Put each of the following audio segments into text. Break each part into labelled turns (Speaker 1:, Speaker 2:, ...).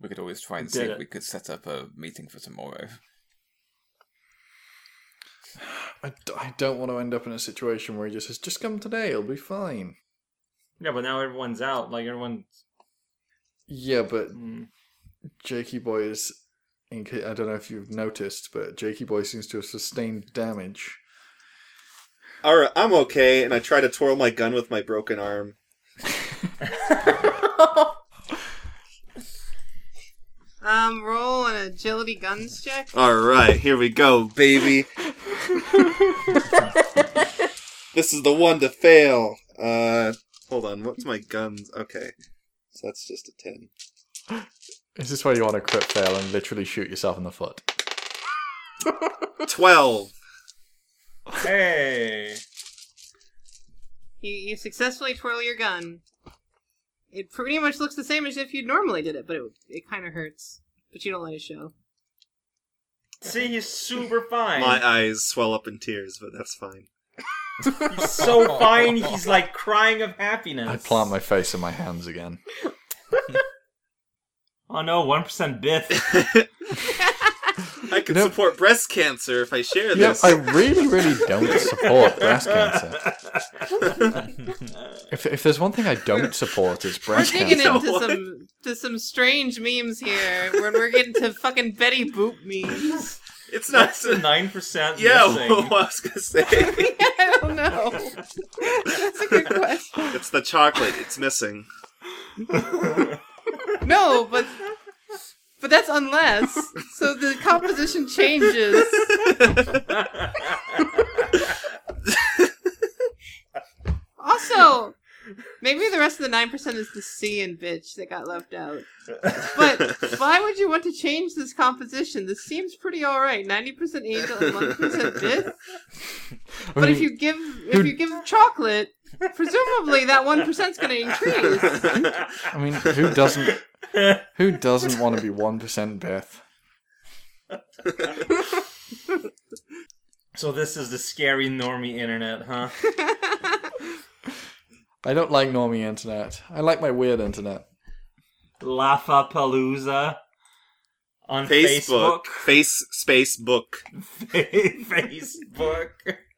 Speaker 1: We could always try and
Speaker 2: Did
Speaker 1: see if
Speaker 2: it.
Speaker 1: we could set up a meeting for tomorrow.
Speaker 3: I, d- I don't want to end up in a situation where he just says, just come today, it'll be fine.
Speaker 2: Yeah, but now everyone's out. Like everyone.
Speaker 3: Yeah, but
Speaker 2: Mm.
Speaker 3: Jakey Boy is. In ca- I don't know if you've noticed, but Jakey Boy seems to have sustained damage.
Speaker 4: All right, I'm okay, and I try to twirl my gun with my broken arm.
Speaker 5: Um, roll an agility guns check.
Speaker 4: All right, here we go, baby. this is the one to fail. Uh, hold on, what's my guns? Okay, so that's just a ten.
Speaker 3: Is this where you want to crit fail and literally shoot yourself in the foot?
Speaker 4: Twelve.
Speaker 2: Hey.
Speaker 5: You, you successfully twirl your gun. It pretty much looks the same as if you normally did it, but it it kind of hurts. But you don't let it show.
Speaker 2: See, he's super fine.
Speaker 4: My eyes swell up in tears, but that's fine.
Speaker 2: He's so fine. He's like crying of happiness.
Speaker 3: I plant my face in my hands again.
Speaker 2: Oh no, one percent Biff.
Speaker 4: I could
Speaker 3: No.
Speaker 4: support breast cancer if I share
Speaker 3: Yeah,
Speaker 4: this.
Speaker 3: I really, really don't support breast cancer. If, if there's one thing I don't support, it's
Speaker 5: We're
Speaker 3: breast
Speaker 5: digging
Speaker 3: cancer.
Speaker 5: into some to some strange memes here. When we're getting to fucking Betty Boop memes.
Speaker 4: It's not.
Speaker 2: That's a nine percent.
Speaker 4: yeah,
Speaker 2: missing.
Speaker 4: what I was gonna say.
Speaker 5: I don't know. That's a good question.
Speaker 4: it's the chocolate. It's missing.
Speaker 5: No, but but that's unless. So the composition changes. Also, maybe the rest of the nine percent is the C and bitch that got left out. But why would you want to change this composition? This seems pretty all right. Ninety percent angel and one percent bitch.
Speaker 3: I
Speaker 5: But if
Speaker 3: mean,
Speaker 5: you give if you give chocolate, presumably that one percent's going to increase.
Speaker 3: I mean, who doesn't? Who doesn't want to be one percent Beth?
Speaker 2: So this is the scary normie internet, huh?
Speaker 3: I don't like normie internet. I like my weird internet.
Speaker 2: Lafapalooza on
Speaker 4: Facebook.
Speaker 2: Facebook.
Speaker 4: Face space book.
Speaker 2: Facebook.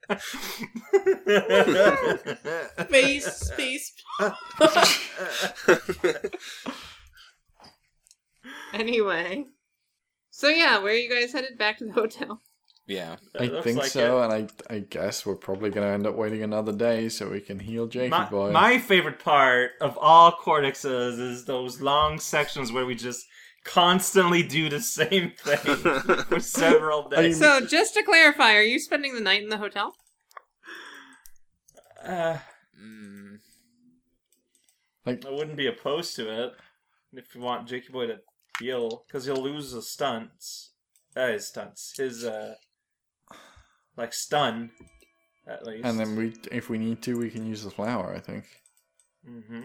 Speaker 5: Space, space. anyway, so yeah, where are you guys headed back to the hotel?
Speaker 1: Yeah.
Speaker 3: I
Speaker 2: Looks
Speaker 3: think
Speaker 2: like
Speaker 3: so, and I I guess we're probably gonna end up waiting another day so we can heal Jakey
Speaker 2: My,
Speaker 3: boy.
Speaker 2: my favorite part of all cortexes is those long sections where we just constantly do the same thing for several days.
Speaker 5: So just to clarify, are you spending the night in the hotel?
Speaker 2: Uh,
Speaker 1: Mm,
Speaker 3: like
Speaker 2: I wouldn't be opposed to it if you want Jakey Boy to heal, because he'll lose his stunts. Uh, his stunts. His, uh, like, stun, at least.
Speaker 3: and then we if we need to we can use the flower, I think.
Speaker 2: hmm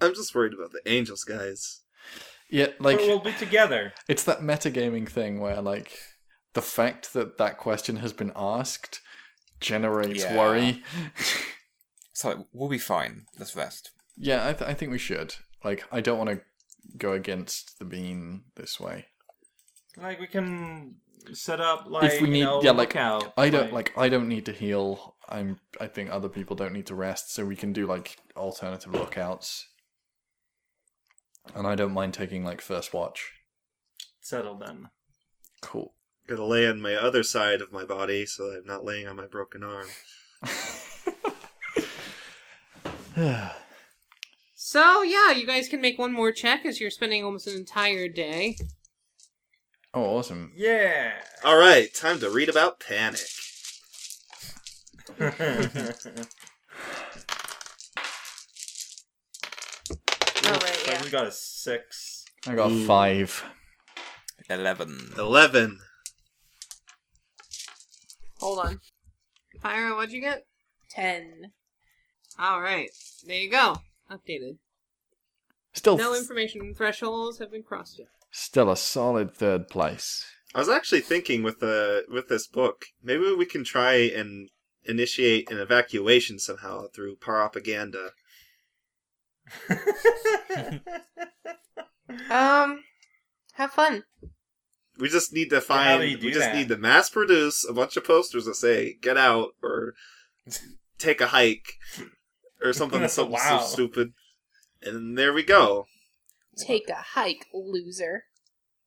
Speaker 4: I'm just worried about the angels, guys.
Speaker 3: Yeah, like
Speaker 2: but Oh, we'll be together.
Speaker 3: it's that metagaming thing where like the fact that that question has been asked generates
Speaker 1: Yeah.
Speaker 3: worry.
Speaker 1: so we'll be fine. Let's rest.
Speaker 3: Yeah, I, th- I think we should. Like, I don't want to go against the bean this way.
Speaker 2: Like, we can set up, like,
Speaker 3: if we need,
Speaker 2: you know,
Speaker 3: yeah, like
Speaker 2: lookout,
Speaker 3: I don't like I don't need to heal. I'm. I think other people don't need to rest, so we can do like alternative lookouts. And I don't mind taking like first watch.
Speaker 2: settle then.
Speaker 3: Cool.
Speaker 4: Gonna lay on my other side of my body so that I'm not laying on my broken arm.
Speaker 3: Oh,
Speaker 5: So yeah, you guys can make one more check as you're spending almost an entire day.
Speaker 3: Oh, awesome.
Speaker 2: Yeah.
Speaker 4: All right, time to read about panic.
Speaker 5: Oh right,
Speaker 2: Like, we got a six.
Speaker 3: I got
Speaker 4: Ooh.
Speaker 3: five.
Speaker 1: Eleven.
Speaker 4: Eleven.
Speaker 5: Hold on. Pyro, what'd you get?
Speaker 6: Ten.
Speaker 5: All right, there you go. Updated.
Speaker 3: Still,
Speaker 5: No information thresholds have been crossed yet.
Speaker 3: still a solid third place.
Speaker 4: I was actually thinking with the with this book, maybe we can try and initiate an evacuation somehow through propaganda.
Speaker 5: Um, have fun.
Speaker 4: We just need to
Speaker 2: Well, how
Speaker 4: find.
Speaker 2: do you do
Speaker 4: we just
Speaker 2: that?
Speaker 4: need to mass produce a bunch of posters that say "Get out" or "Take a hike" or something something
Speaker 2: Wow.
Speaker 4: so stupid. And there we go.
Speaker 6: Take a hike, loser.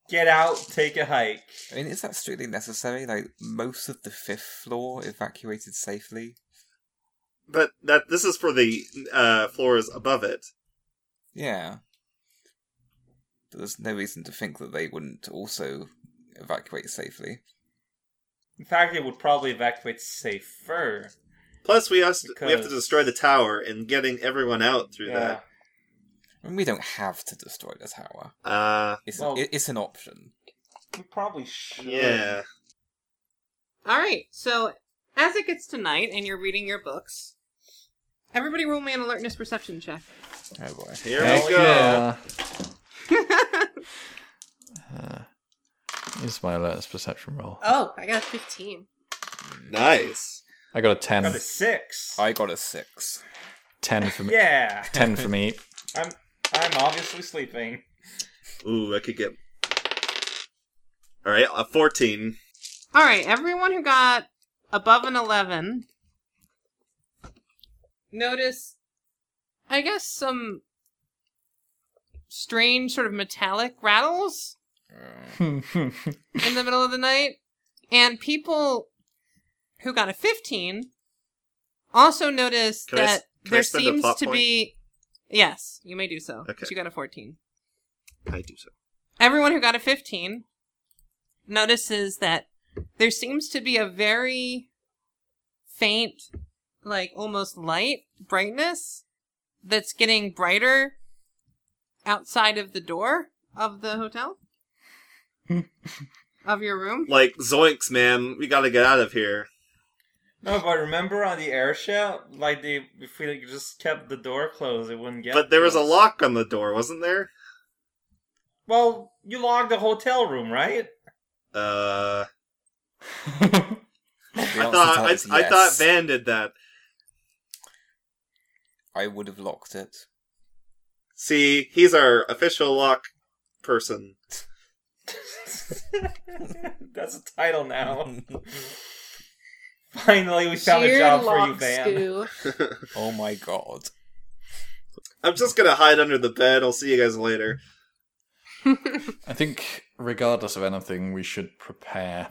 Speaker 2: Get out, take a hike.
Speaker 1: I mean, is that strictly necessary? Like, most of the fifth floor evacuated safely?
Speaker 4: But that this is for the uh, floors above it.
Speaker 1: Yeah. But there's no reason to think that they wouldn't also evacuate safely.
Speaker 2: In fact, it would probably evacuate safer.
Speaker 4: Plus, we have to, we have to
Speaker 2: Because-
Speaker 4: destroy the tower and getting everyone out through
Speaker 2: Yeah.
Speaker 1: I mean, we don't have to destroy the tower.
Speaker 4: that. Uh,
Speaker 1: It's,
Speaker 2: Well-
Speaker 1: it- it's an option.
Speaker 2: We probably should.
Speaker 4: yeah.
Speaker 5: All right. So as it gets to night and you're reading your books, everybody roll me an alertness perception check.
Speaker 1: Oh boy.
Speaker 4: Here
Speaker 2: Heck
Speaker 4: we go.
Speaker 2: yeah.
Speaker 3: Uh, here's my alertness perception roll.
Speaker 6: Oh, I got a 15.
Speaker 4: Nice.
Speaker 3: I got a 10.
Speaker 2: Got a six.
Speaker 1: I got a six.
Speaker 3: 10 for me.
Speaker 2: Yeah.
Speaker 3: 10 for me.
Speaker 2: I'm I'm obviously sleeping.
Speaker 4: Ooh, I could get. All right, a fourteen.
Speaker 5: All right. Everyone who got above an eleven, notice, I guess some strange sort of metallic rattles
Speaker 1: Uh,
Speaker 5: in the middle of the night. And people who got a 15 also noticed
Speaker 4: Can I
Speaker 5: that
Speaker 4: s- can I
Speaker 5: there
Speaker 4: spend a
Speaker 5: seems
Speaker 4: plot
Speaker 5: to
Speaker 4: point?
Speaker 5: be. Yes, you may do so.
Speaker 4: Okay.
Speaker 5: But you got a 14.
Speaker 4: I do so.
Speaker 5: Everyone who got a 15 notices that there seems to be a very faint, like almost light brightness that's getting brighter outside of the door of the hotel, of your room.
Speaker 4: Like Zoinks, man, we gotta get out of here.
Speaker 2: No, but remember on the air show, like they if we like, just kept the door closed, it wouldn't get.
Speaker 4: But there was a
Speaker 2: to us.
Speaker 4: lock on the door, wasn't there?
Speaker 2: Well, you logged the hotel room, right?
Speaker 4: Uh,
Speaker 1: the answer
Speaker 4: I
Speaker 1: to
Speaker 4: thought
Speaker 1: that
Speaker 4: I,
Speaker 1: is
Speaker 4: I thought
Speaker 1: yes.
Speaker 4: Van did that.
Speaker 1: I would have locked it.
Speaker 4: See, he's our official lock person.
Speaker 2: That's a title now. Finally, we found
Speaker 6: Dear
Speaker 2: a job for you,
Speaker 6: Lock
Speaker 2: Van.
Speaker 6: Scoo.
Speaker 1: oh my god.
Speaker 4: I'm just gonna hide under the bed. I'll see you guys later.
Speaker 3: I think, regardless of anything, we should prepare.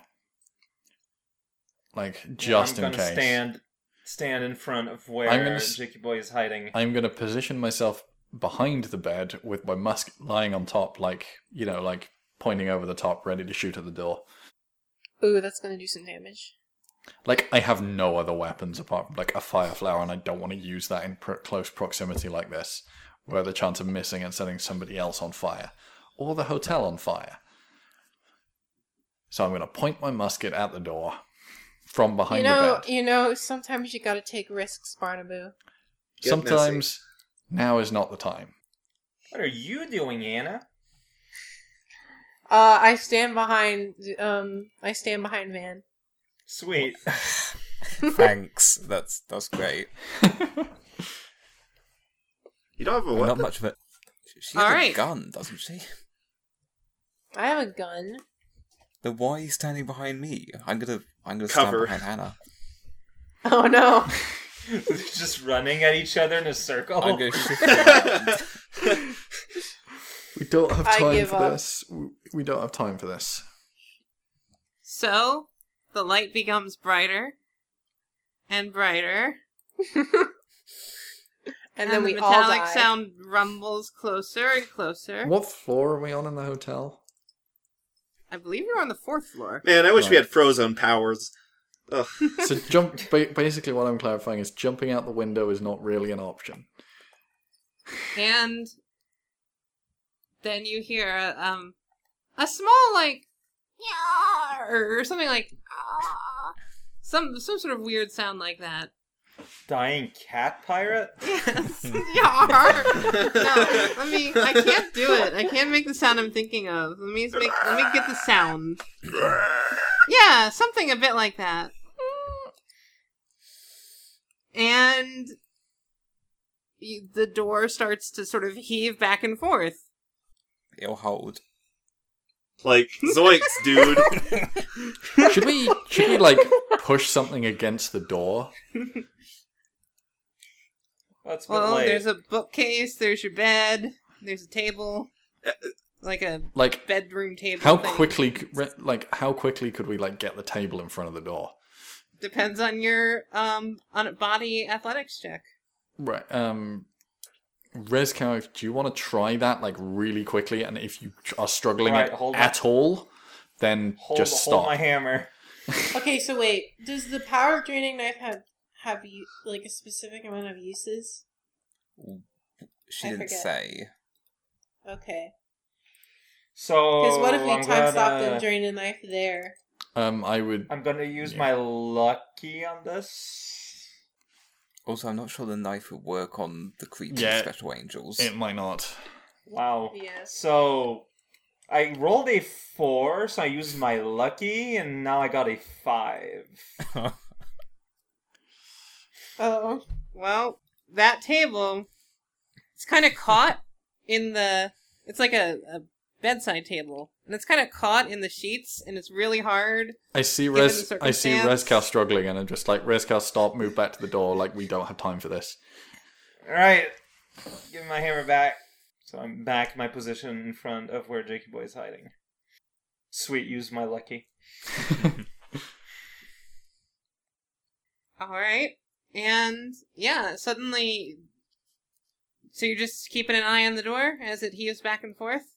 Speaker 3: Like, just
Speaker 2: I'm
Speaker 3: in
Speaker 2: gonna
Speaker 3: case.
Speaker 2: stand stand in front of where
Speaker 3: I'm gonna s-
Speaker 2: Jakey Boy is hiding.
Speaker 3: I'm going to position myself behind the bed with my musk lying on top, like, you know, like pointing over the top, ready to shoot at the door.
Speaker 6: Ooh, that's gonna do some damage.
Speaker 3: Like, I have no other weapons apart from, like, a fire flower, and I don't want to use that in pr- close proximity like this, where the chance of missing and setting somebody else on fire, or the hotel on fire. So I'm going to point my musket at the door from behind
Speaker 6: you know,
Speaker 3: the bed.
Speaker 6: you know, sometimes you gotta take risks, Barnaboo.
Speaker 4: Get
Speaker 3: Sometimes now is not the time.
Speaker 2: What are you doing, Anna?
Speaker 6: Uh, I stand behind, um, I stand behind Van.
Speaker 2: Sweet.
Speaker 1: Thanks. That's that's great.
Speaker 4: You don't have a
Speaker 1: Well, not
Speaker 4: weapon.
Speaker 1: much of it. She
Speaker 5: All
Speaker 1: has
Speaker 5: right.
Speaker 1: a gun, doesn't she?
Speaker 6: I have a gun.
Speaker 1: Then why are you standing behind me? I'm gonna I'm gonna
Speaker 4: Cover.
Speaker 1: stand behind Hannah.
Speaker 6: Oh no.
Speaker 2: Just running at each other in a circle.
Speaker 1: I'm gonna shift around.
Speaker 3: We don't have
Speaker 6: I
Speaker 3: time
Speaker 6: give
Speaker 3: for
Speaker 6: up.
Speaker 3: this. We- We don't have time for this.
Speaker 5: So the light becomes brighter and brighter,
Speaker 6: And then
Speaker 5: the
Speaker 6: we all
Speaker 5: metallic
Speaker 6: die.
Speaker 5: sound rumbles closer and closer.
Speaker 3: What floor are we on in the hotel?
Speaker 5: I believe you're on the fourth floor.
Speaker 4: Man, I wish we
Speaker 3: Right.
Speaker 4: had Frozone powers. Ugh.
Speaker 3: So jump. Ba- basically, what I'm clarifying is jumping out the window is not really an option.
Speaker 5: And then you hear a, um a small like "Yarr," or something like "Ah," some some sort of weird sound like that.
Speaker 2: Dying cat pirate?
Speaker 5: Yes. Yarr. no, let me I can't do it. I can't make the sound I'm thinking of. Let me just make let me get the sound. Yeah, something a bit like that. And you, the door starts to sort of heave back and forth.
Speaker 1: it'll hold.
Speaker 4: Like zoinks, dude.
Speaker 3: Should we should we like push something against the door?
Speaker 2: That's a bit
Speaker 5: Well,
Speaker 2: late.
Speaker 5: there's a bookcase. There's your bed. There's a table, like a
Speaker 3: Like
Speaker 5: bedroom table.
Speaker 3: how
Speaker 5: thing.
Speaker 3: quickly c- re- like how quickly could we like get the table in front of the door?
Speaker 5: depends on your um on body athletics check.
Speaker 3: Right. Um Rezcow, if- do you want to try that like really quickly and if you tr- are struggling
Speaker 2: Right,
Speaker 3: at,
Speaker 2: hold on.
Speaker 3: at all, then
Speaker 2: hold,
Speaker 3: just
Speaker 2: hold
Speaker 3: stop.
Speaker 2: my hammer.
Speaker 6: Okay, so wait. Does the power of draining knife have have you like a specific amount of uses?
Speaker 1: She
Speaker 6: I
Speaker 1: didn't
Speaker 6: forget.
Speaker 1: say.
Speaker 6: Okay.
Speaker 2: So
Speaker 6: Because what if we
Speaker 2: Oh, I'm
Speaker 6: time stop
Speaker 2: gonna-
Speaker 6: and drain the knife there?
Speaker 3: Um I would
Speaker 2: I'm gonna use
Speaker 3: Yeah.
Speaker 2: my lucky on this.
Speaker 1: Also, I'm not sure the knife would work on the creepy
Speaker 3: Yeah.
Speaker 1: special angels.
Speaker 3: it might not.
Speaker 2: Wow.
Speaker 6: Yes.
Speaker 2: So I rolled a four, so I used my lucky, and now I got a five.
Speaker 6: Oh.
Speaker 5: Well, that table, it's kind of caught in the. It's like a, a bedside table, and it's kind of caught in the sheets, and it's really hard.
Speaker 3: I see
Speaker 5: Given
Speaker 3: Res
Speaker 5: the
Speaker 3: I see
Speaker 5: circumstance.
Speaker 3: Rezcow struggling and I'm just like Rezcow stop, move back to the door, like we don't have time for this.
Speaker 2: All right, give my hammer back. So I'm back in my position in front of where Jakey Boy is hiding. Sweet, used my lucky.
Speaker 5: All right, and yeah, suddenly. So you're just keeping an eye on the door as it heaves back and forth.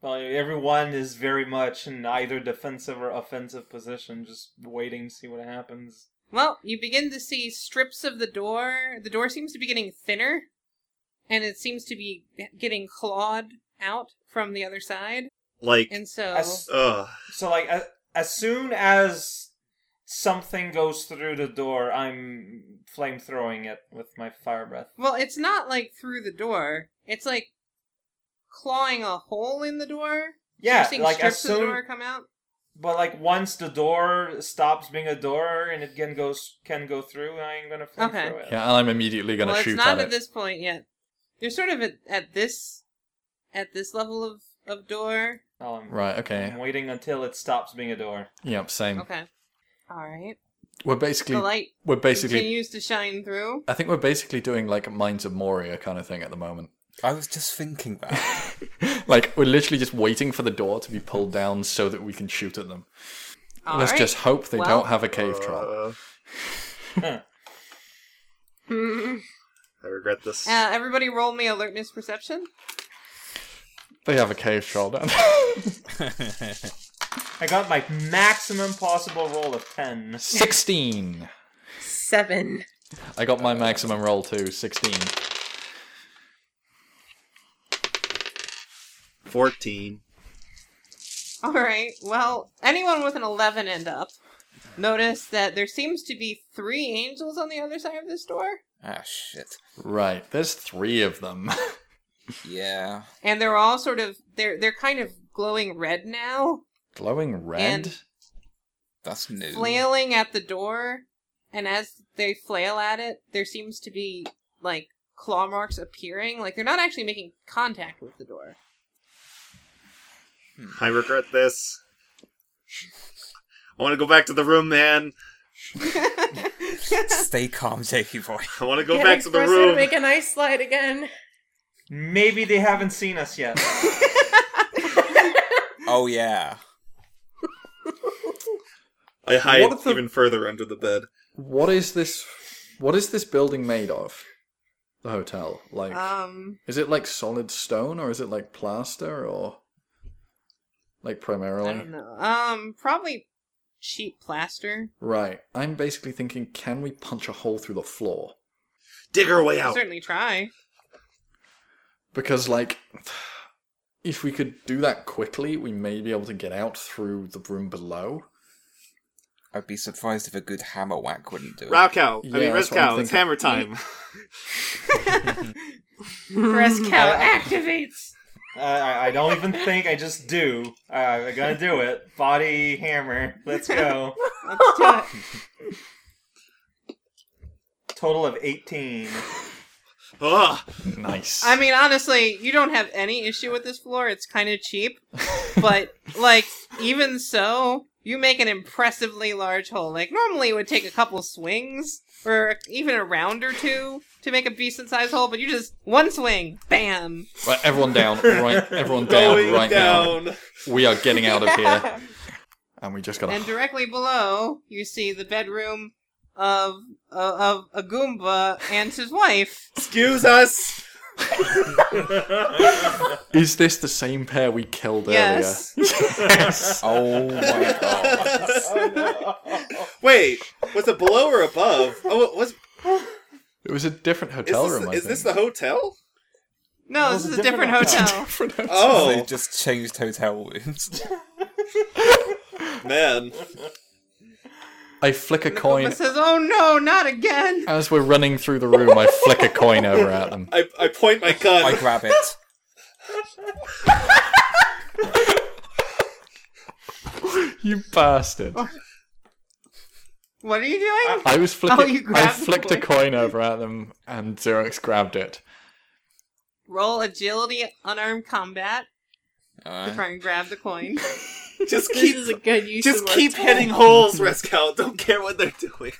Speaker 2: Well, everyone is very much in either defensive or offensive position, just waiting to see what happens.
Speaker 5: Well, you begin to see strips of the door. The door seems to be getting thinner, and it seems to be getting clawed out from the other side.
Speaker 4: like,
Speaker 5: And so,
Speaker 2: As-
Speaker 4: ugh.
Speaker 2: So like as, as soon as something goes through the door, I'm flame throwing it with my fire breath.
Speaker 5: well, it's not like through the door. It's like clawing a hole in the door. You're
Speaker 2: Yeah,
Speaker 5: seeing
Speaker 2: like as
Speaker 5: strips of the
Speaker 2: soon,
Speaker 5: door come out.
Speaker 2: but like once the door stops being a door and it can goes can go through, I'm gonna flame
Speaker 5: Okay.
Speaker 2: throw it.
Speaker 3: Yeah, and I'm immediately gonna
Speaker 5: Well, it's
Speaker 3: shoot
Speaker 5: not
Speaker 3: at
Speaker 5: at
Speaker 3: it.
Speaker 5: this point yet. You're sort of at, at this, at this level of of door.
Speaker 2: Oh, I'm,
Speaker 3: Right, okay.
Speaker 2: I'm waiting until it stops being a door.
Speaker 3: Yep, same.
Speaker 5: Okay. All right.
Speaker 3: We're basically
Speaker 5: The light
Speaker 3: we're basically
Speaker 5: continues to shine through.
Speaker 3: I think we're basically doing like Minds of Moria kind of thing at the moment.
Speaker 1: I was just thinking that.
Speaker 3: like we're literally just waiting for the door to be pulled down so that we can shoot at them.
Speaker 5: All
Speaker 3: Let's
Speaker 5: right.
Speaker 3: just hope they
Speaker 5: Well-
Speaker 3: don't have a cave troll.
Speaker 4: Uh, I regret this.
Speaker 5: Uh, everybody, roll me alertness perception.
Speaker 3: They have a cave troll. Down.
Speaker 2: I got my maximum possible roll of ten.
Speaker 3: sixteen.
Speaker 6: Seven.
Speaker 3: I got my maximum roll too. Sixteen.
Speaker 4: Fourteen.
Speaker 5: All right. Well, anyone with an 11 and up, notice that there seems to be three angels on the other side of this door,
Speaker 1: ah, shit.
Speaker 3: Right. There's three of them.
Speaker 1: Yeah.
Speaker 5: and they're all sort of they're they're kind of glowing red now,
Speaker 3: Glowing red.
Speaker 5: And-
Speaker 1: That's new.
Speaker 5: flailing at the door, and as they flail at it, there seems to be like claw marks appearing. Like they're not actually making contact with the door.
Speaker 4: I regret this. I want to go back to the room, man.
Speaker 1: Stay calm, Jakey boy.
Speaker 4: I want to go back to the room.
Speaker 6: Make an ice slide again.
Speaker 2: Maybe they haven't seen us yet.
Speaker 1: Oh yeah.
Speaker 4: I hide
Speaker 3: What if the-
Speaker 4: even further under the bed.
Speaker 3: What is this? What is this building made of? The hotel. Like,
Speaker 5: Um,
Speaker 3: is it like solid stone or is it like plaster or like primarily?
Speaker 5: I don't know. Um, probably cheap plaster.
Speaker 3: Right. I'm basically thinking, can we punch a hole through the floor?
Speaker 4: Dig our way out.
Speaker 5: Certainly try.
Speaker 3: Because, like, if we could do that quickly, we may be able to get out through the room below.
Speaker 1: I'd be surprised if a good hammer whack wouldn't do it.
Speaker 4: Rowcow. I
Speaker 3: Yeah,
Speaker 4: mean,
Speaker 3: that's what I'm
Speaker 4: Rezcow. It's
Speaker 3: thinking.
Speaker 4: hammer time.
Speaker 5: Breast cow activates.
Speaker 2: I, I I don't even think. I just do. Uh, I'm gonna do it. Body hammer. Let's go.
Speaker 5: Let's do it.
Speaker 2: Total of eighteen.
Speaker 4: Ugh.
Speaker 3: Nice.
Speaker 5: I mean, honestly, you don't have any issue with this floor. It's kind of cheap, but like even so, you make an impressively large hole. Like normally, it would take a couple swings or even a round or two to make a decent sized hole, but you just one swing, bam.
Speaker 3: Right, everyone down. Right, everyone down
Speaker 4: Going
Speaker 3: right
Speaker 4: down.
Speaker 3: now. We are getting out of here, and we just got
Speaker 5: And
Speaker 3: to.
Speaker 5: directly below, you see the bedroom of uh, of, of a Goomba and his wife.
Speaker 4: Excuse us.
Speaker 3: Is this the same pair we killed
Speaker 5: Yes.
Speaker 3: earlier? yes.
Speaker 1: Oh my god.
Speaker 4: Wait, was it below or above? Oh, it was.
Speaker 3: It was a different
Speaker 4: Is,
Speaker 3: hotel
Speaker 4: this,
Speaker 3: room. I
Speaker 4: is this the
Speaker 3: think.
Speaker 4: hotel?
Speaker 5: No,
Speaker 2: Well,
Speaker 5: this is a different, hotel.
Speaker 3: different hotel?
Speaker 1: They
Speaker 4: Oh
Speaker 1: just changed hotel rooms.
Speaker 4: man.
Speaker 3: I flick a
Speaker 5: And the
Speaker 3: coin
Speaker 5: Goomba says, "Oh no, not again!"
Speaker 3: as we're running through the room. I flick a coin over at them.
Speaker 4: I, I point my gun.
Speaker 1: I grab it.
Speaker 3: You bastard!
Speaker 5: What are you doing?
Speaker 3: I was flicking.
Speaker 5: Oh, you
Speaker 3: I
Speaker 5: grabbed the
Speaker 3: flicked a coin over at them, and Xerox grabbed it.
Speaker 5: Roll agility, unarmed combat to
Speaker 1: Alright.
Speaker 5: try and grab the coin.
Speaker 4: just
Speaker 6: This
Speaker 4: keep
Speaker 6: is a good use.
Speaker 4: just
Speaker 6: of our
Speaker 4: keep
Speaker 6: time.
Speaker 4: hitting holes, Rescal. Don't care what they're doing.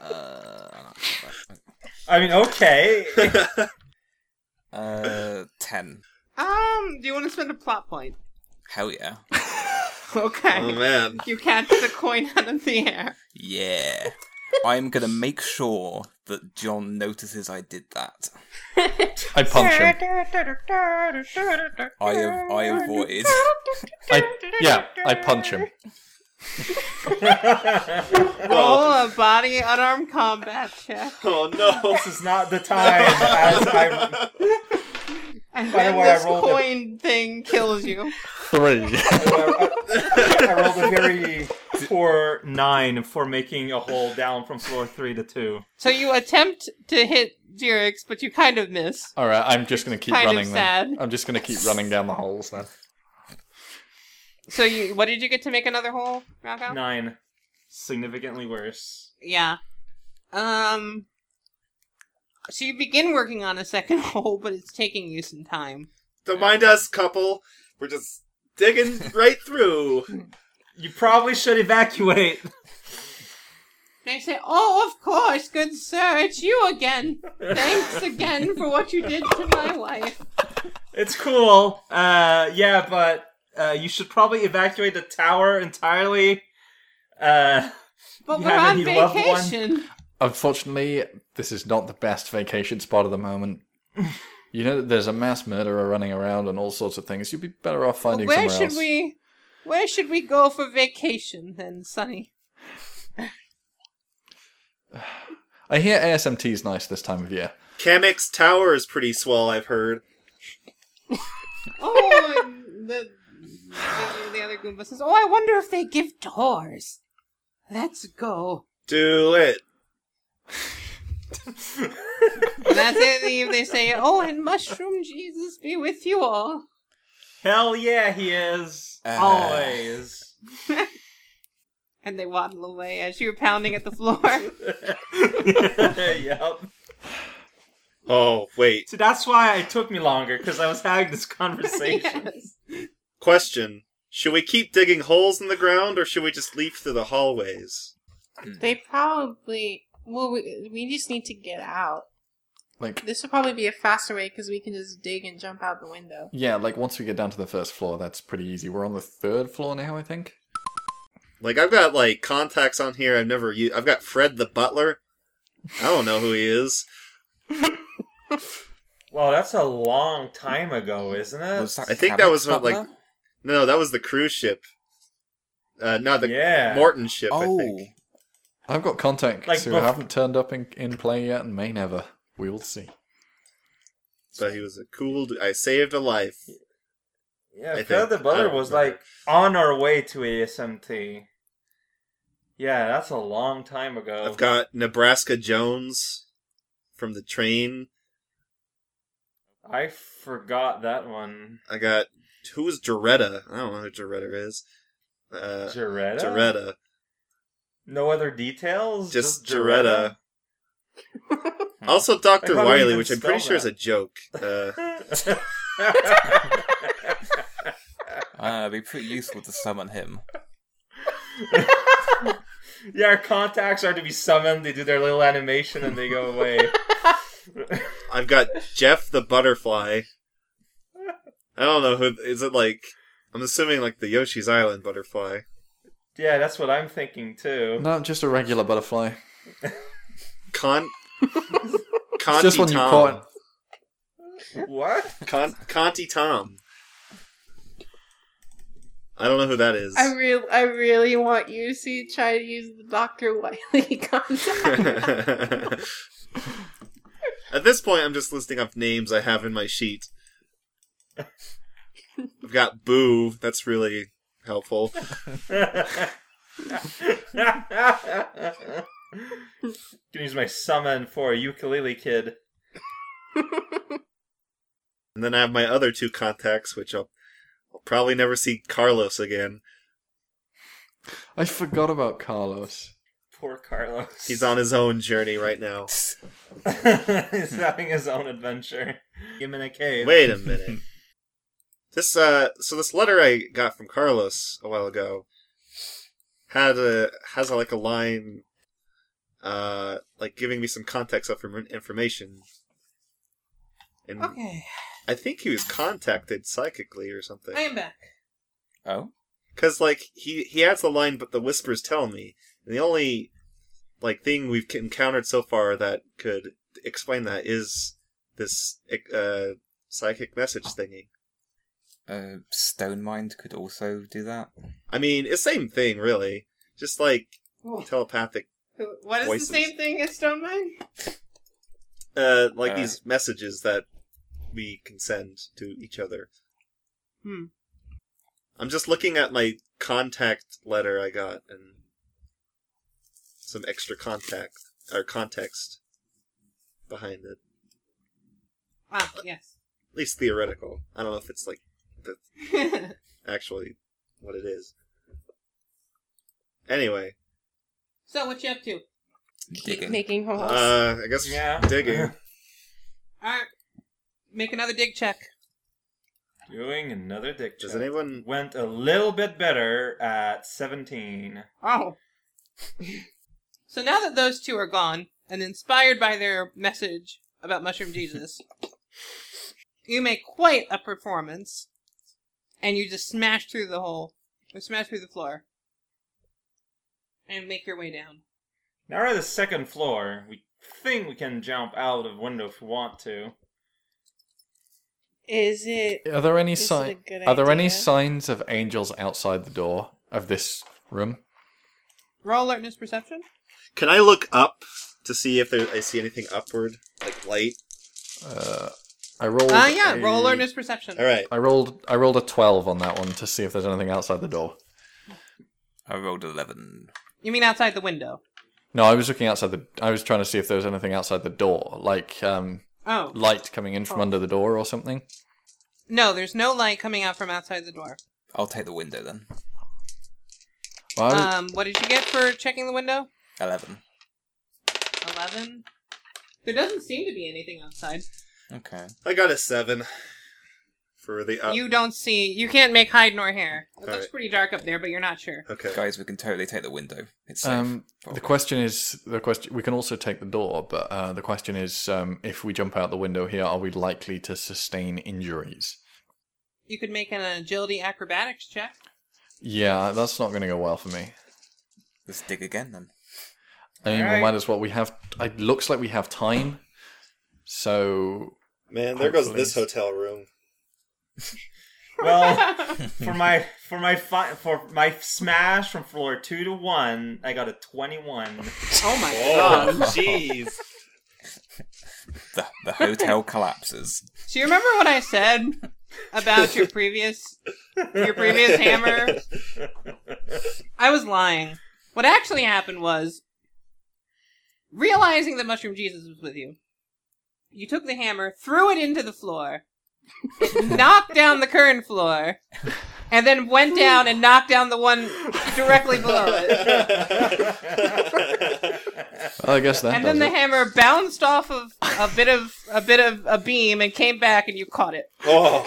Speaker 1: Uh,
Speaker 2: I mean, okay.
Speaker 6: Oh,
Speaker 1: uh, 10.
Speaker 5: Um, do you want to spend a plot point?
Speaker 1: Hell yeah.
Speaker 5: Okay.
Speaker 2: Um,
Speaker 4: Oh man.
Speaker 5: you catch the coin out of the air.
Speaker 1: Yeah. I'm gonna make sure that John notices I did that.
Speaker 3: I punch him.
Speaker 1: I av- I avoid.
Speaker 3: I yeah. I punch him.
Speaker 5: Roll
Speaker 4: Oh,
Speaker 5: a body unarmed combat check.
Speaker 4: oh no.
Speaker 2: this is not the time. As I,
Speaker 5: And
Speaker 2: By the
Speaker 5: then
Speaker 2: way, I
Speaker 5: this
Speaker 2: rolled a-
Speaker 5: coin thing kills you.
Speaker 3: Three.
Speaker 2: I rolled a very poor nine for making a hole down from floor three to two.
Speaker 5: So you attempt to hit Jirix, but you kind of miss.
Speaker 3: All right. I'm just gonna keep
Speaker 5: Kind of
Speaker 3: running.
Speaker 5: sad.
Speaker 3: Then. I'm just gonna keep running down the holes then.
Speaker 5: So you, what did you get to make another hole, Rocco?
Speaker 2: Nine, significantly worse.
Speaker 5: Yeah. Um. So you begin working on a second hole, but it's taking you some time.
Speaker 4: Don't mind us, couple. We're just digging right through.
Speaker 2: You probably should evacuate.
Speaker 5: They say, "Oh, of course, good sir, it's you again. Thanks again for what you did to my wife."
Speaker 2: It's cool. Uh, yeah, but uh, you should probably evacuate the tower entirely. Uh,
Speaker 5: But
Speaker 2: You
Speaker 5: we're
Speaker 2: have
Speaker 5: on
Speaker 2: any loved one?
Speaker 5: vacation.
Speaker 3: Unfortunately, this is not the best vacation spot at the moment. You know that there's a mass murderer running around and all sorts of things. You'd be better off finding
Speaker 5: Where
Speaker 3: somewhere
Speaker 5: should
Speaker 3: else.
Speaker 5: we? Where should we go for vacation then, Sonny?
Speaker 3: I hear ASMT's nice this time of year.
Speaker 4: Kamek's tower is pretty swell, I've heard.
Speaker 5: Oh, and the, the the other Goomba says, "Oh, I wonder if they give tours." Let's go.
Speaker 4: Do it.
Speaker 5: And as they leave, they say, "Oh, and mushroom Jesus be with you all."
Speaker 2: hell yeah, he is.
Speaker 1: Uh.
Speaker 2: Always.
Speaker 5: And they waddle away as you're pounding at the floor.
Speaker 2: yep.
Speaker 4: Oh, wait.
Speaker 2: See, that's why it took me longer because I was having this conversation.
Speaker 5: Yes.
Speaker 4: Question. Should we keep digging holes in the ground or should we just leap through the hallways?
Speaker 6: They probably. Well, we, we just need to get out.
Speaker 3: Like,
Speaker 6: This would probably be a faster way because we can just dig and jump out the window.
Speaker 3: yeah, like once we get down to the first floor, that's pretty easy. We're on the third floor now, I think.
Speaker 4: Like I've got like contacts on here I've never used. I've got Fred the butler. I don't know who he is.
Speaker 2: Well, that's a long time ago, isn't it?
Speaker 1: Was
Speaker 4: I think that was not, like-
Speaker 1: Cabot's
Speaker 4: No, that was the cruise ship. Uh not the
Speaker 2: yeah.
Speaker 4: Morton ship,
Speaker 1: butler?
Speaker 4: I
Speaker 1: Oh,
Speaker 4: think.
Speaker 3: I've got contacts
Speaker 2: Like
Speaker 3: who
Speaker 2: bef-
Speaker 3: haven't turned up in, in play yet and may never. We will see.
Speaker 4: But he was a cool dude. I saved a life.
Speaker 2: yeah,
Speaker 4: I
Speaker 2: Fred
Speaker 4: think. Oh,
Speaker 2: the
Speaker 4: I
Speaker 2: Butler
Speaker 4: don't
Speaker 2: was
Speaker 4: remember.
Speaker 2: like on our way to ASMT. Yeah, that's a long time ago.
Speaker 4: I've got Nebraska Jones from the train.
Speaker 2: I forgot that one.
Speaker 4: I got who is Doretta? I don't know who Doretta is. Uh,
Speaker 2: Jaretta?
Speaker 4: Doretta,
Speaker 2: No other details?
Speaker 4: just
Speaker 2: Jaretta.
Speaker 4: Doretta. Also, Doctor
Speaker 2: Hmm. probably
Speaker 4: Wiley,
Speaker 2: didn't
Speaker 4: which I'm
Speaker 2: spell
Speaker 4: pretty sure is
Speaker 2: that.
Speaker 4: a joke. Uh,
Speaker 1: Uh, it'd be pretty useful to summon him.
Speaker 2: yeah, our contacts are to be summoned. They do their little animation and they go away.
Speaker 4: I've got Jeff the butterfly. I don't know who is it. Like, I'm assuming like the Yoshi's Island butterfly.
Speaker 2: yeah, that's what I'm thinking too.
Speaker 3: Not just a regular butterfly.
Speaker 4: Con.
Speaker 3: It's
Speaker 4: Conti
Speaker 3: just one you
Speaker 4: Tom.
Speaker 3: caught.
Speaker 2: What?
Speaker 4: Con- Conti Tom. I don't know who that is.
Speaker 6: I real I really want you to see try to use the Doctor Wiley contact.
Speaker 4: At this point, I'm just listing off names I have in my sheet. I've got Boo. That's really helpful.
Speaker 2: Can use my summon for a ukulele kid.
Speaker 4: And then I have my other two contacts, which I'll, I'll probably never see Carlos again.
Speaker 3: I forgot about Carlos.
Speaker 2: Poor Carlos.
Speaker 4: He's on his own journey right now.
Speaker 2: He's having his own adventure. Him in a cave.
Speaker 4: Wait a minute. This uh, so this letter I got from Carlos a while ago had a has a, like a line, uh, like giving me some context of inform- information. And
Speaker 5: Okay.
Speaker 4: I think he was contacted psychically or something.
Speaker 6: I am back.
Speaker 1: Oh?
Speaker 4: Because like he he has the line, but the whispers tell me. And the only like thing we've encountered so far that could explain that is this uh, psychic message thingy.
Speaker 1: Uh, Stone Mind could also do that.
Speaker 4: I mean, it's same thing really. Just like
Speaker 6: Ooh.
Speaker 4: telepathic,
Speaker 6: What is
Speaker 4: Voices.
Speaker 6: the same thing as Stone Mine?
Speaker 4: uh, like
Speaker 1: Uh.
Speaker 4: these messages that we can send to each other.
Speaker 5: Hmm.
Speaker 4: I'm just looking at my contact letter I got and some extra contact or context behind it.
Speaker 5: Ah, yes.
Speaker 4: At least theoretical. I don't know if it's like the actually what it is. Anyway,
Speaker 5: So what you up to?
Speaker 1: Digging.
Speaker 6: Making holes.
Speaker 4: uh, I guess
Speaker 2: Yeah.
Speaker 4: digging.
Speaker 5: All right. Make another dig check.
Speaker 2: Doing another dick
Speaker 4: Does
Speaker 2: check.
Speaker 4: anyone?
Speaker 2: Went a little bit better at 17.
Speaker 5: Oh. so now that those two are gone, and inspired by their message about Mushroom Jesus, you make quite a performance, and you just smash through the hole, or smash through the floor, and make your way down.
Speaker 2: Now we're at the second floor. We think we can jump out of window if we want to.
Speaker 6: is it?
Speaker 3: Are there any
Speaker 6: This is a
Speaker 3: signs?
Speaker 6: good
Speaker 3: Are there any
Speaker 6: idea.
Speaker 3: signs of angels outside the door of this room?
Speaker 5: Roll alertness perception.
Speaker 4: Can I look up to see if there I see anything upward, like light?
Speaker 3: Uh, I rolled.
Speaker 5: Ah, yeah. Roll
Speaker 3: a-
Speaker 5: alertness perception.
Speaker 4: All right.
Speaker 3: I rolled. I rolled a twelve on that one to see if there's anything outside the door.
Speaker 1: I rolled 11.
Speaker 5: You mean outside the window?
Speaker 3: No, I was looking outside the. I was trying to see if there was anything outside the door, like um,
Speaker 5: Oh
Speaker 3: light coming in from under the door or something.
Speaker 5: no, there's no light coming out from outside the door.
Speaker 1: I'll take the window then.
Speaker 3: Well, I was-
Speaker 2: Uh,
Speaker 5: Um, what did you get for checking the window?
Speaker 1: 11.
Speaker 5: 11. There doesn't seem to be anything outside.
Speaker 1: Okay.
Speaker 4: I got a seven for the up.
Speaker 5: you don't see, you can't make hide nor hair. It looks
Speaker 4: Uh, Alright.
Speaker 5: pretty dark up there, but you're not sure.
Speaker 4: okay.
Speaker 1: Guys, we can totally take the window. It's safe.
Speaker 3: Um, the
Speaker 1: probably.
Speaker 3: question is the question. We can also take the door, but uh, the question is, um, if we jump out the window here, are we likely to sustain injuries?
Speaker 5: You could make an agility acrobatics check.
Speaker 3: Yeah, that's not going to go well for me.
Speaker 1: Let's dig again then.
Speaker 3: I mean, we
Speaker 2: Alright.
Speaker 3: might as well. We have. It looks like we have time. So
Speaker 4: Man, there goes
Speaker 3: Hopefully.
Speaker 4: this hotel room.
Speaker 2: Well, for my for my fi- for my smash from floor 2 to 1, I got a 21.
Speaker 5: Oh my
Speaker 4: Oh,
Speaker 5: god.
Speaker 4: jeez.
Speaker 1: The, the hotel collapses.
Speaker 5: So you remember what I said about your previous your previous hammer? I was lying. What actually happened was realizing that Mushroom Jesus was with you. You took the hammer, threw it into the floor, knocked down the current floor, and then went down
Speaker 4: Oh.
Speaker 5: and knocked down the one directly below it.
Speaker 3: Well, I guess that.
Speaker 5: and then the
Speaker 3: does it.
Speaker 5: hammer bounced off of a bit of a bit of a beam and came back, and you caught it.
Speaker 2: oh,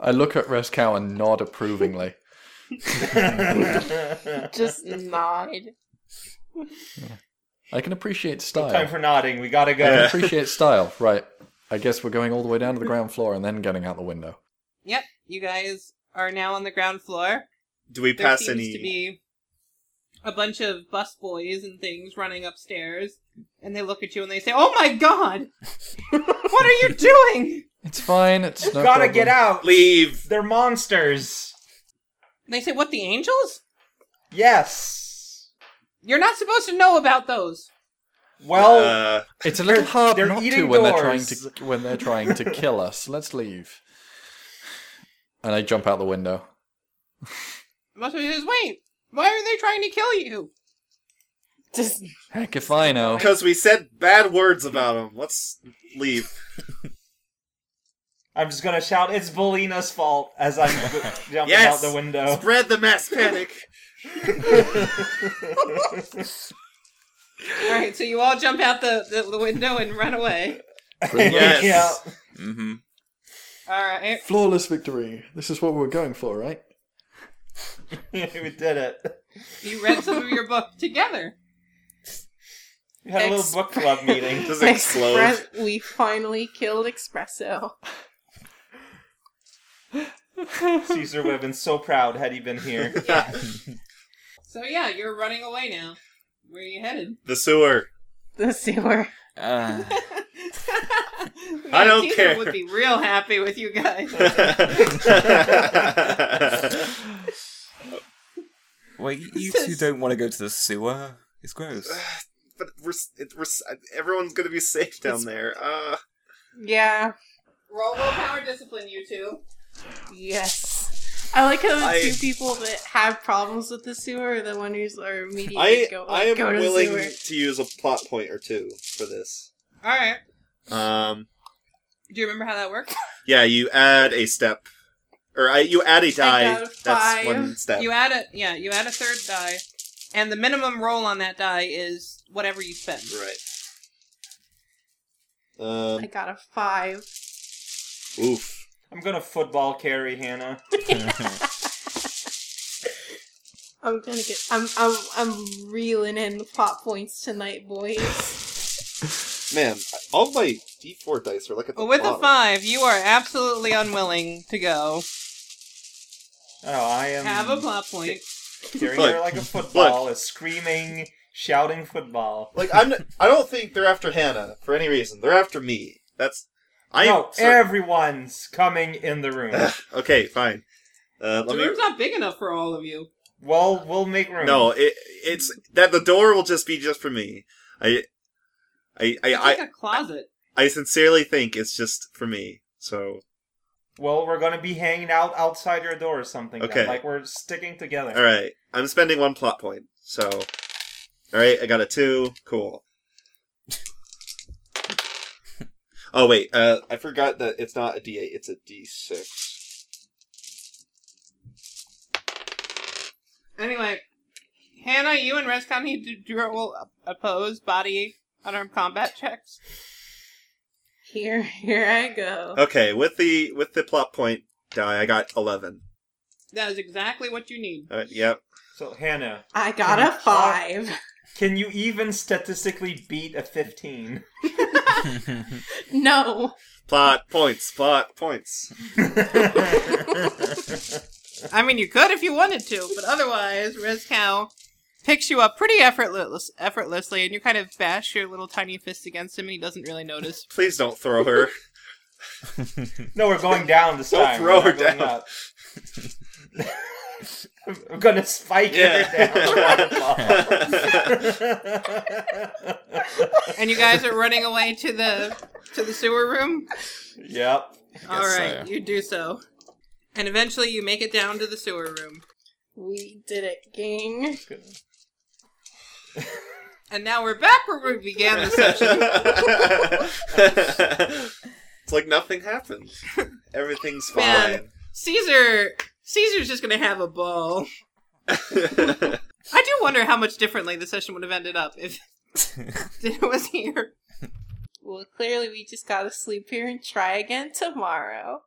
Speaker 3: I look at Reskow and nod approvingly.
Speaker 6: Just nod.
Speaker 3: I can appreciate style.
Speaker 2: time for nodding. We gotta go.
Speaker 3: I can
Speaker 4: Yeah.
Speaker 3: appreciate style. Right. I guess we're going all the way down to the ground floor and then getting out the window.
Speaker 5: Yep, you guys are now on the ground floor.
Speaker 4: Do we
Speaker 5: There
Speaker 4: pass
Speaker 5: seems
Speaker 4: any?
Speaker 5: to be a bunch of bus boys and things running upstairs, and they look at you and they say, "Oh my god, what are you doing?"
Speaker 3: It's fine. It's no
Speaker 2: gotta
Speaker 3: problem.
Speaker 2: get out.
Speaker 4: Leave.
Speaker 2: They're monsters.
Speaker 5: And they say, "What the angels?
Speaker 2: Yes.
Speaker 5: You're not supposed to know about those."
Speaker 2: Well,
Speaker 4: Uh,
Speaker 3: It's a little hard
Speaker 2: they're
Speaker 3: not to
Speaker 2: eating
Speaker 3: when they're trying
Speaker 2: doors.
Speaker 3: to when they're trying to kill us. Let's leave. And I jump out the window.
Speaker 5: The bus boy says, "Wait, why are they trying to kill you?"
Speaker 6: Just
Speaker 3: Heck if I know.
Speaker 4: because we said bad words about him. Let's leave.
Speaker 2: I'm just gonna shout, "It's Belina's fault!" as I'm jumping
Speaker 4: Yes!
Speaker 2: out the window.
Speaker 4: Spread the mass panic.
Speaker 5: All right, so you all jump out the, the, the window and run away.
Speaker 4: Yes.
Speaker 2: Yeah.
Speaker 1: Mm-hmm.
Speaker 5: All right,
Speaker 3: Flawless victory. This is what we were going for, right?
Speaker 2: we did it.
Speaker 5: you read some of your book together.
Speaker 2: We had a little
Speaker 6: Ex-
Speaker 2: book club meeting.
Speaker 4: Does it explode?
Speaker 6: Expre- we finally killed Espresso.
Speaker 2: Caesar would have been so proud had he been here.
Speaker 5: So yeah, you're running away now. Where are you headed?
Speaker 4: the sewer.
Speaker 6: The sewer.
Speaker 1: Uh,
Speaker 5: Man,
Speaker 4: don't
Speaker 5: Caesar
Speaker 4: care.
Speaker 5: Would be real happy with you guys.
Speaker 1: well, you, you
Speaker 5: This
Speaker 1: two
Speaker 5: is-
Speaker 1: don't want to go to the sewer. It's gross.
Speaker 4: but we're, s- it, we're, s- everyone's gonna be safe down there. Uh,
Speaker 6: Yeah.
Speaker 5: Roll willpower discipline, you two.
Speaker 6: Yes. I like how the
Speaker 4: I-
Speaker 6: two people that have problems with the sewer are the one who's are immediately
Speaker 4: I
Speaker 6: go,
Speaker 4: I am
Speaker 6: go to
Speaker 4: willing
Speaker 6: sewer.
Speaker 4: to use a plot point or two for this.
Speaker 5: All right.
Speaker 4: Um,
Speaker 5: Do you remember how that works?
Speaker 4: yeah, you add a step, or I, you add a die.
Speaker 6: got a
Speaker 4: That's
Speaker 6: five.
Speaker 4: one step.
Speaker 5: You add a yeah, you add a third die, and the minimum roll on that die is whatever you spend.
Speaker 4: right.
Speaker 6: I
Speaker 4: Um,
Speaker 6: got a five.
Speaker 4: oof.
Speaker 2: I'm gonna football carry Hannah.
Speaker 6: I'm gonna get. I'm. I'm. I'm reeling in the plot points tonight, boys.
Speaker 4: Man, all my d4 dice are like at the
Speaker 5: Well, with a
Speaker 4: bottom.
Speaker 5: five, you are absolutely unwilling to go.
Speaker 2: Oh, I am
Speaker 4: Um,
Speaker 5: Have a plot point.
Speaker 2: carrying
Speaker 4: Look.
Speaker 2: her like a football, a screaming, shouting football.
Speaker 4: Like I'm, n- I don't think they're after Hannah for any reason. They're after me. That's I am.
Speaker 2: no, everyone's coming in the room.
Speaker 4: Ugh, okay, fine. Uh,
Speaker 5: The
Speaker 4: let me.
Speaker 5: room's not big enough for all of you.
Speaker 2: well, we'll make room.
Speaker 4: No, it, it's that the door will just be just for me. I, I, I,
Speaker 5: It's like
Speaker 4: I,
Speaker 5: a closet.
Speaker 4: I sincerely think it's just for me. So
Speaker 2: Well, we're gonna be hanging out outside your door or something. then.
Speaker 4: Okay.
Speaker 2: Like we're sticking together.
Speaker 4: all right, I'm spending one plot point. So all right, I got a two. Cool. Oh wait, uh, I forgot that it's not a D8. It's a D6.
Speaker 5: Anyway, Hannah, you and Rescon need to do roll oppose body unarmed combat checks.
Speaker 6: Here, here I go.
Speaker 4: Okay, with the with the plot point die, I got eleven.
Speaker 5: That is exactly what you need.
Speaker 4: All right, yep.
Speaker 2: So Hannah,
Speaker 6: I got a five.
Speaker 2: can you even statistically beat a fifteen?
Speaker 6: No.
Speaker 4: Plot points. Plot points.
Speaker 5: I mean, you could if you wanted to, but otherwise, Rezcow picks you up pretty effortless, effortlessly, and you kind of bash your little tiny fist against him, and he doesn't really notice.
Speaker 4: Please don't throw her.
Speaker 2: No, we're going down this
Speaker 4: Don't
Speaker 2: time.
Speaker 4: throw
Speaker 2: We're
Speaker 4: her
Speaker 2: not going
Speaker 4: down.
Speaker 2: up. I'm gonna spike her down.
Speaker 5: And you guys are running away to the to the sewer room.
Speaker 2: yep.
Speaker 5: All
Speaker 1: so.
Speaker 5: right, you do so, and eventually you make it down to the sewer room.
Speaker 6: We did it, gang.
Speaker 5: And now we're back where we began the session.
Speaker 4: it's like nothing happened. Everything's
Speaker 5: Man.
Speaker 4: fine.
Speaker 5: Caesar, Caesar's just gonna have a ball. I do wonder how much differently the session would have ended up if Dinner was here.
Speaker 6: Well, clearly we just gotta sleep here and try again tomorrow.